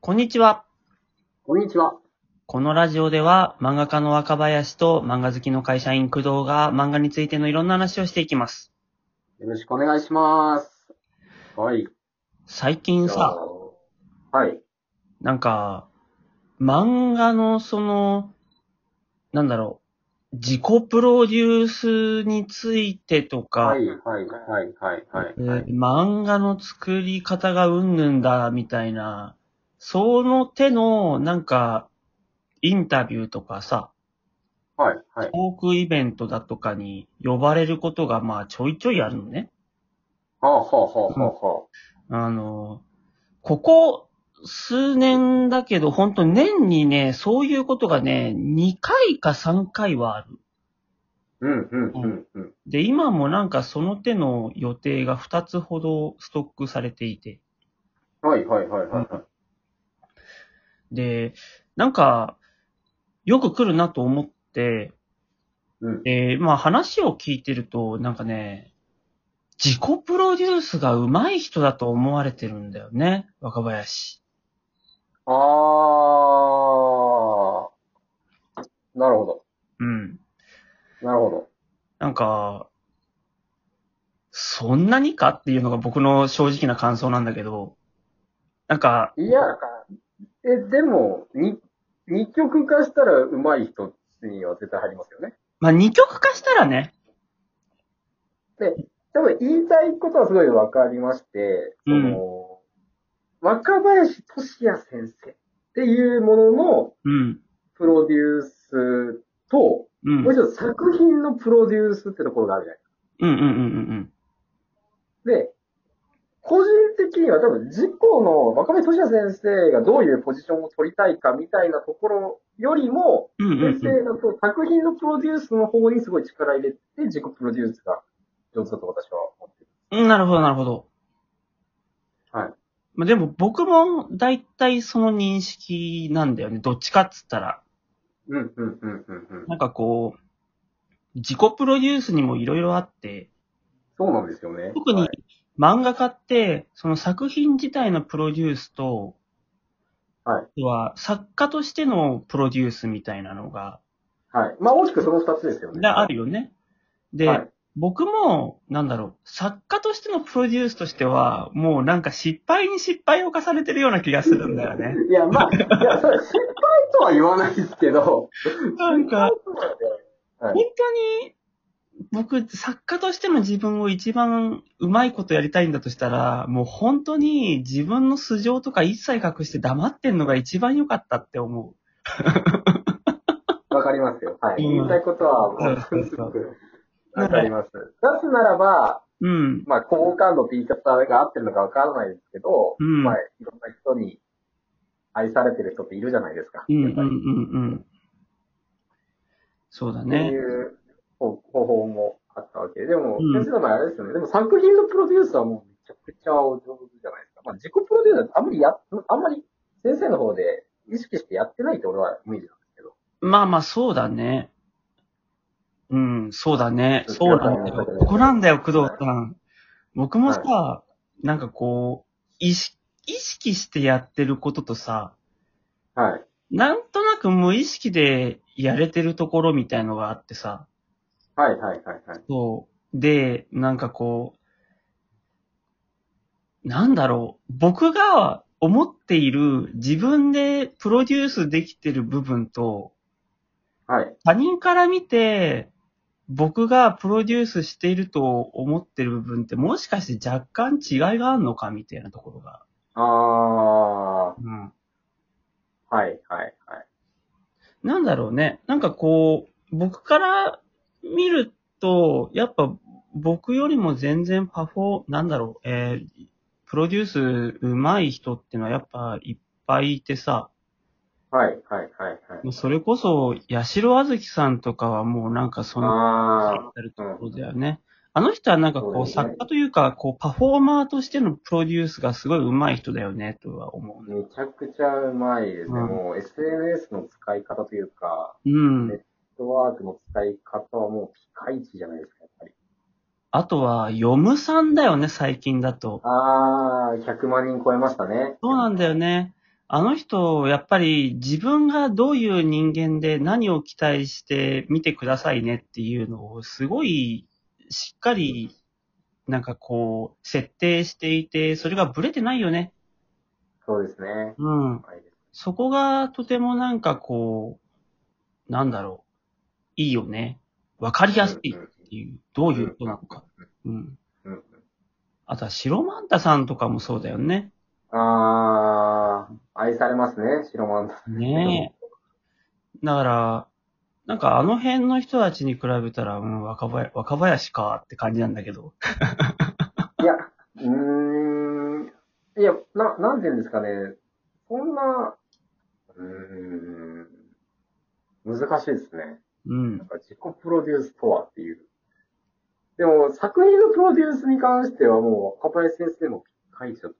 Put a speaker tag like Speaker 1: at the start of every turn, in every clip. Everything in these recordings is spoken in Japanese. Speaker 1: こんにちは。
Speaker 2: こんにちは。
Speaker 1: このラジオでは漫画家の若林と漫画好きの会社員工藤が漫画についてのいろんな話をしていきます。
Speaker 2: よろしくお願いします。はい。
Speaker 1: 最近さ、
Speaker 2: はい。
Speaker 1: なんか、漫画のその、なんだろう、自己プロデュースについてとか、
Speaker 2: はい、はい、はい、はい、はい。
Speaker 1: えー漫画の作り方がうんぬんだ、みたいな、その手の、なんか、インタビューとかさ、
Speaker 2: はい、はい。
Speaker 1: トークイベントだとかに呼ばれることが、まあ、ちょいちょいあるのね。
Speaker 2: はあ、はあ、はあ、は
Speaker 1: あの、ここ数年だけど、本当年にね、そういうことがね、2回か3回はある。
Speaker 2: あ。うん、うん、うん、うん。
Speaker 1: で、今もなんかその手の予定が2つほどストックされていて。
Speaker 2: はい、はい、はい、はいはい。
Speaker 1: で、なんか、よく来るなと思って、
Speaker 2: うん。
Speaker 1: で、まあ話を聞いてると、なんかね、自己プロデュースが上手い人だと思われてるんだよね、若林。
Speaker 2: あー。なるほど。
Speaker 1: うん。
Speaker 2: なるほど。
Speaker 1: なんか、そんなにかっていうのが僕の正直な感想なんだけど、なんか、
Speaker 2: いや、え、でも、に、二極化したら上手い人には絶対入りますよね。
Speaker 1: まあ二極化したらね、
Speaker 2: 多分言いたいことはすごいわかりまして、その、若林俊也先生っていうものの
Speaker 1: うん、
Speaker 2: プロデュースと、
Speaker 1: うん、う、
Speaker 2: もうん一つ作品のプロデュースってところがあるじゃ
Speaker 1: うん、うん、うん、
Speaker 2: ないで、個人的には多分自己の若林俊也先生がどういうポジションを取りたいかみたいなところよりも、
Speaker 1: うん、うん、うん
Speaker 2: 先生だと作品のプロデュースの方にすごい力入れて自己プロデュースが上手だと私は思ってる。
Speaker 1: うん、なるほど、なるほど。
Speaker 2: はい。
Speaker 1: まあでも僕も大体その認識なんだよね。どっちかっつったら。
Speaker 2: うん、うん、うん、うん、うん。
Speaker 1: なんかこう、自己プロデュースにもいろいろあって、
Speaker 2: そうなんですよね。
Speaker 1: 特に
Speaker 2: はい
Speaker 1: 漫画家って、その作品自体のプロデュースと、
Speaker 2: はい
Speaker 1: あとは作家としてのプロデュースみたいなのが、
Speaker 2: はい。まあ、大きくその二つですよね。
Speaker 1: があるよね。で、
Speaker 2: はい。
Speaker 1: 僕も、なんだろう、作家としてのプロデュースとしては、もうなんか失敗に失敗を重ねてるような気がするんだよ ね。
Speaker 2: いや、まあ、いや、それ、失敗とは言わないですけど、
Speaker 1: なんか、
Speaker 2: そうなんだよは
Speaker 1: 本
Speaker 2: い。
Speaker 1: 当に、僕、作家としての自分を一番うまいことやりたいんだとしたら、もう本当に自分の素性とか一切隠して黙ってんのが一番良かったって思
Speaker 2: わかりますよ。はい。
Speaker 1: うん
Speaker 2: 言いたいことは、も
Speaker 1: そう
Speaker 2: う、
Speaker 1: そ
Speaker 2: す
Speaker 1: うそう
Speaker 2: ごく、わかります。出すならば、
Speaker 1: う。うん。
Speaker 2: まあ、好感度って言い方が合ってるのかわからないですけど、
Speaker 1: うん
Speaker 2: まあ、いろんな人に愛されてる人っているじゃないですか。
Speaker 1: うんうん
Speaker 2: やっぱ
Speaker 1: うん
Speaker 2: り
Speaker 1: うん。そうだ
Speaker 2: って
Speaker 1: ね
Speaker 2: い。う方方法もあったわけで。でも、
Speaker 1: うん
Speaker 2: 先生の場合あれですよね。でも作品のプロデュースはもうめちゃくちゃお上手じゃないですか。まあ自己プロデュースはあんまりや、あんまり先生の方で意識してやってないって俺は無理なんですけど。
Speaker 1: まあまあ、そうだね。うん、そうだね。
Speaker 2: うん
Speaker 1: そうなんだよ。ここなんだよ、工藤さん。僕もさ、なんかこう、意識意識してやってることとさ、
Speaker 2: はい。
Speaker 1: なんとなく無意識でやれてるところみたいのがあってさ。
Speaker 2: はいはいはいはい。
Speaker 1: そう。で、なんかこう、なんだろう。僕が思っている自分でプロデュースできてる部分と、
Speaker 2: はい。
Speaker 1: 他人から見て、僕がプロデュースしていると思ってる部分ってもしかして若干違いがあるのかみたいなところが。
Speaker 2: あー、は
Speaker 1: うん。
Speaker 2: いはいはい。
Speaker 1: なんだろうね。なんかこう、僕から見ると、やっぱ僕よりも全然パフォー、なんだろう、えー、プロデュース上手い人ってのはやっぱいっぱいいてさ、
Speaker 2: はいはいはいはい。
Speaker 1: もうそれこそ、八代あずきさんとかはもうなんかその、
Speaker 2: あ
Speaker 1: やるところだよね。あの人はなんかこう、
Speaker 2: そうだね
Speaker 1: 作家というか、こう、パフォーマーとしてのプロデュースがすごい上手い人だよね、とは思う
Speaker 2: ー、
Speaker 1: ね。
Speaker 2: めちゃくちゃうまいですね。
Speaker 1: うん
Speaker 2: もう SNS の使い方というか、
Speaker 1: うん。
Speaker 2: ネットワークの使い方はもうピカイチじゃないですか、やっぱり。
Speaker 1: あとは、読むさんだよね、最近だと。
Speaker 2: あー、100万人超えましたね。
Speaker 1: そうなんだよね。あの人、やっぱり自分がどういう人間で何を期待して見てくださいねっていうのをすごいしっかりなんかこう設定していて、それがブレてないよね。
Speaker 2: そうですね。
Speaker 1: うん。
Speaker 2: はい
Speaker 1: そこがとてもなんかこう、なんだろう。いいよね。わかりやすいっていう、どういうことなのか。うん。
Speaker 2: うんうん
Speaker 1: あとは白マンタさんとかもそうだよね。
Speaker 2: あー、愛されますね、白マンタ。
Speaker 1: ねえ。だから、なんかあの辺の人たちに比べたら、うん、若林、若林かって感じなんだけど。
Speaker 2: いや、うーん、いや、な、なんて言うんですかね、そんな、うーん、難しいですね。
Speaker 1: うん
Speaker 2: なん。か自己プロデュースとはっていう。でも、作品のプロデュースに関してはもう、若林先生も書いちゃった。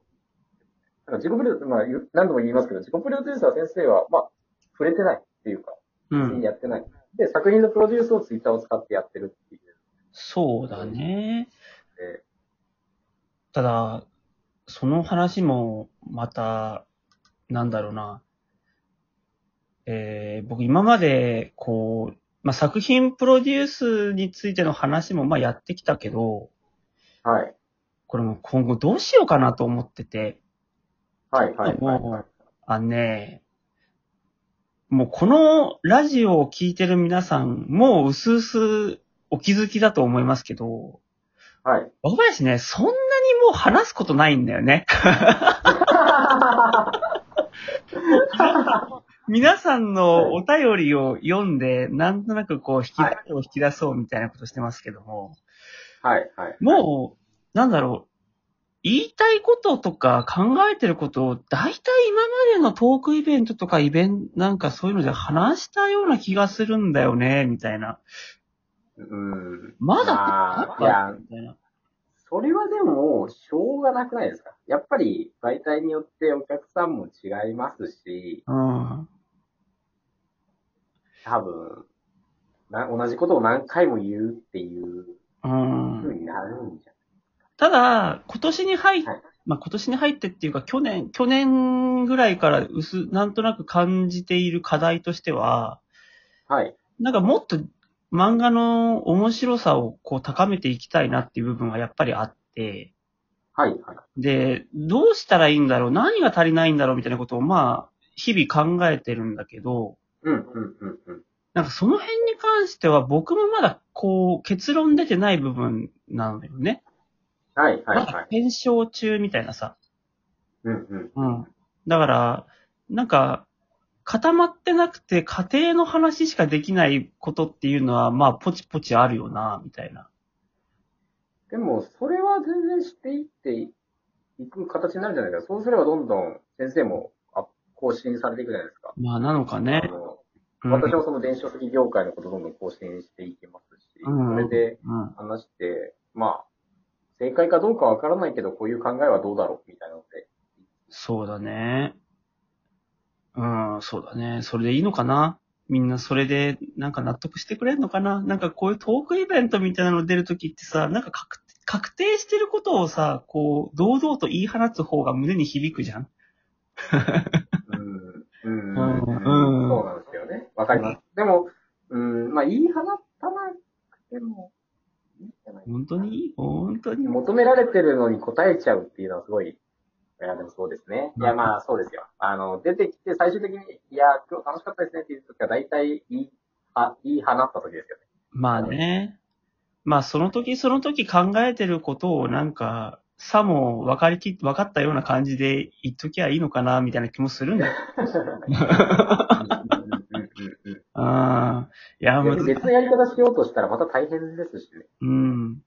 Speaker 2: なんか自己プロデュース、まあ、言う何度も言いますけど、自己プロデューサー先生は、まあ、触れてないっていうか、
Speaker 1: う
Speaker 2: 別に
Speaker 1: ん。
Speaker 2: やってない。で、作品のプロデュースをツイッターを使ってやってるっていう
Speaker 1: そうだね。
Speaker 2: ので、
Speaker 1: ただ、その話も、また、なんだろうな。えー僕今まで、こう、まあ、作品プロデュースについての話も、まあ、やってきたけど、
Speaker 2: はい。
Speaker 1: これも今後どうしようかなと思ってて、
Speaker 2: はい、はい、はい。
Speaker 1: もう、あのね、もうこのラジオを聞いてる皆さん、もううすうすお気づきだと思いますけど、
Speaker 2: はい。
Speaker 1: 若林ね、そんなにもう話すことないんだよね。皆さんのお便りを読んで、なんとなくこう、引き出そう、引き出そうみたいなことしてますけども、
Speaker 2: はい、はい。
Speaker 1: もう、なんだろう、言いたいこととか考えてることを、大体今までのトークイベントとかイベント、なんかそういうので話したような気がするんだよね、みたいな。
Speaker 2: うん。
Speaker 1: まだ、
Speaker 2: まあいや
Speaker 1: みたいな。
Speaker 2: それはでも、しょうがなくないですかやっぱり、媒体によってお客さんも違いますし、
Speaker 1: うん。
Speaker 2: 多分、な同じことを何回も言うっていう
Speaker 1: うん
Speaker 2: 風。になるんじゃ
Speaker 1: ただ、今年に入っ
Speaker 2: はい
Speaker 1: まあ、今年に入ってっていうか、去年、去年ぐらいから薄、なんとなく感じている課題としては、
Speaker 2: ないはい。
Speaker 1: なんかもっと漫画の面白さをこう高めていきたいなっていう部分はやっぱりあって、
Speaker 2: はい、はい。
Speaker 1: で、どうしたらいいんだろう何が足りないんだろうみたいなことをまあ、日々考えてるんだけど、
Speaker 2: うん、うん、うん、うん。
Speaker 1: なんかその辺に関しては僕もまだこう結論出てない部分なのよね。
Speaker 2: はい、はい、
Speaker 1: ま
Speaker 2: は
Speaker 1: だ
Speaker 2: い。
Speaker 1: 検証中みたいなさ。
Speaker 2: うん、うん。
Speaker 1: うん。だから、なんか、固まってなくて家庭の話しかできないことっていうのは、まあ、ポチポチあるよな、みたいな。
Speaker 2: でも、それは全然していっていく形になるんじゃないですか。そうすればどんどん先生もあ更新されていくじゃないですか。
Speaker 1: まあ、なのか
Speaker 2: あ
Speaker 1: ね。
Speaker 2: の
Speaker 1: うん
Speaker 2: 私もその電子書籍業界のことをどんどん更新していきますし、
Speaker 1: うん
Speaker 2: それで
Speaker 1: うん。
Speaker 2: 話して、まあ、正解かどうかわからないけど、こういう考えはどうだろうみたいなので、
Speaker 1: そうだね。うん、そうだね。それでいいのかなみんなそれで、なんか納得してくれんのかななんかこういうトークイベントみたいなの出るときってさ、なんか確確定してることをさ、こう、堂々と言い放つ方が胸に響くじゃん
Speaker 2: うん、うん、
Speaker 1: うん
Speaker 2: そうなんですよね。わかります。でも、うん、まあ、言い放たなくても、いいんじゃない
Speaker 1: 本当に本当に
Speaker 2: 求められてるのに答えちゃうっていうのはすごい、いや、でもそうですね。いや、まあ、そうですよ。あの、出てきて最終的に、いや、今日楽しかったですねっていう時は、大体、言い、あ、言い放った時ですよね。
Speaker 1: まあね。まあその時その時考えてることをなんか、さも分かりき、分かったような感じで言っときゃいいのかな、みたいな気もするんだよ。 うん。いや、む
Speaker 2: 別
Speaker 1: ず
Speaker 2: 別のやり方しようとしたらまた大変ですしね。
Speaker 1: うん。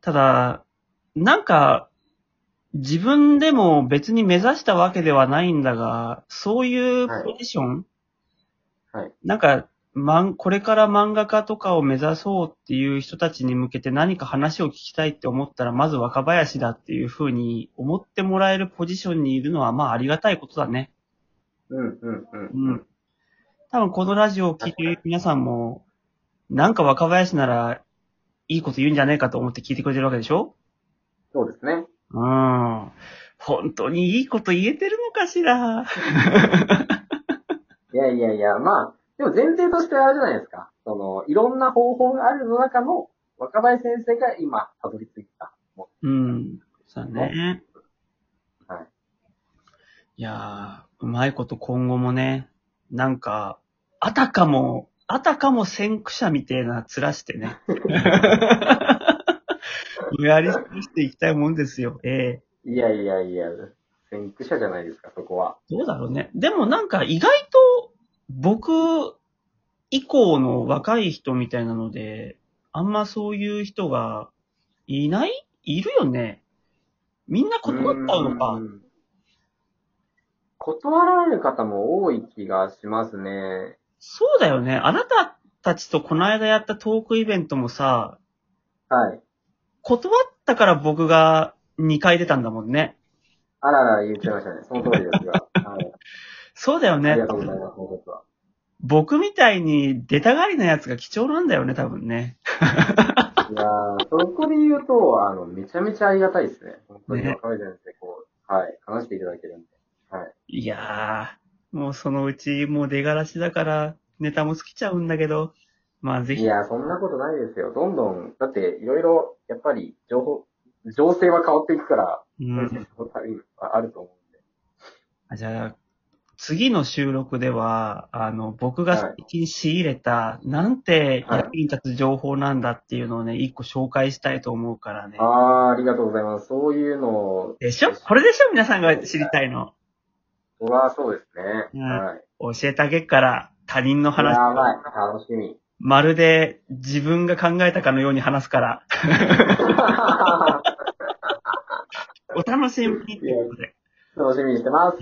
Speaker 1: ただ、なんか、自分でも別に目指したわけではないんだが、そういう
Speaker 2: はい
Speaker 1: ポジション、
Speaker 2: はい
Speaker 1: なんか、まん、これから漫画家とかを目指そうっていう人たちに向けて何か話を聞きたいって思ったら、まず若林だっていうふうに思ってもらえるポジションにいるのは、まあありがたいことだね。
Speaker 2: うんうん
Speaker 1: う
Speaker 2: うん
Speaker 1: ん。多分このラジオを聞いてる皆さんも、なんか若林ならいいこと言うんじゃねえかと思って聞いてくれてるわけでしょ
Speaker 2: そうですね。
Speaker 1: うん。本当にいいこと言えてるのかしら。
Speaker 2: いやいやいや、まあ、でも前提としてあれじゃないですか。その、いろんな方法があるの中の、若林先生が今、たどり着いた。も
Speaker 1: うん。そうだね。。
Speaker 2: はい
Speaker 1: いやー、うまいこと今後もね、なんか、あたかも、あたかも先駆者みたいな面して ね。やり過ぎしていきたいもんですよ。ええ
Speaker 2: ういやいやいや、先駆者じゃないですか、そこは。
Speaker 1: どうだろうね。でもなんか意外と、僕以降の若い人みたいなので、あんまそういう人がいないいるよね。みんな断っちゃうのか。
Speaker 2: ん断られる方も多い気がしますね。
Speaker 1: そうだよね。あなたたちとこの間やったトークイベントもさ、
Speaker 2: はい。
Speaker 1: 断ったから僕が2回出たんだもんね。
Speaker 2: あらら、言っちゃいま したね。その通りですが。はい。
Speaker 1: そうだよ
Speaker 2: あ
Speaker 1: ね
Speaker 2: りが。とうございます、そのことは。
Speaker 1: 僕みたいに出たがりなやつが貴重なんだよね、多分ね。
Speaker 2: いやーそこで言うと、あの、めちゃめちゃありがたいですね。本当に
Speaker 1: ね
Speaker 2: 若林先生、こう、はい、話していただけるんで。はい。
Speaker 1: いやー、もうそのうちもう出がらしだから、ネタも尽きちゃうんだけど、まあぜ
Speaker 2: い
Speaker 1: ひ、
Speaker 2: や、そんなことないですよ。どんどん、だって、いろいろ、やっぱり、情報、情勢は変わっていくから、
Speaker 1: う。
Speaker 2: うんん、あると思うんで。
Speaker 1: あじゃあ、次の収録では、あの、僕が最近仕入れた、なんて役に立つ情報なんだっていうのをね、一個紹介したいと思うからね。
Speaker 2: あー、ありがとうございます。そういうのを、
Speaker 1: でしょこれでしょ皆さんが知りたいの。
Speaker 2: それはそうですね。
Speaker 1: うん
Speaker 2: はい。
Speaker 1: 教えてあげっから、他人の話、
Speaker 2: やばい。楽し み。
Speaker 1: まるで自分が考えたかのように話すから、お楽しみにっていうことで。
Speaker 2: 楽しみにしてます。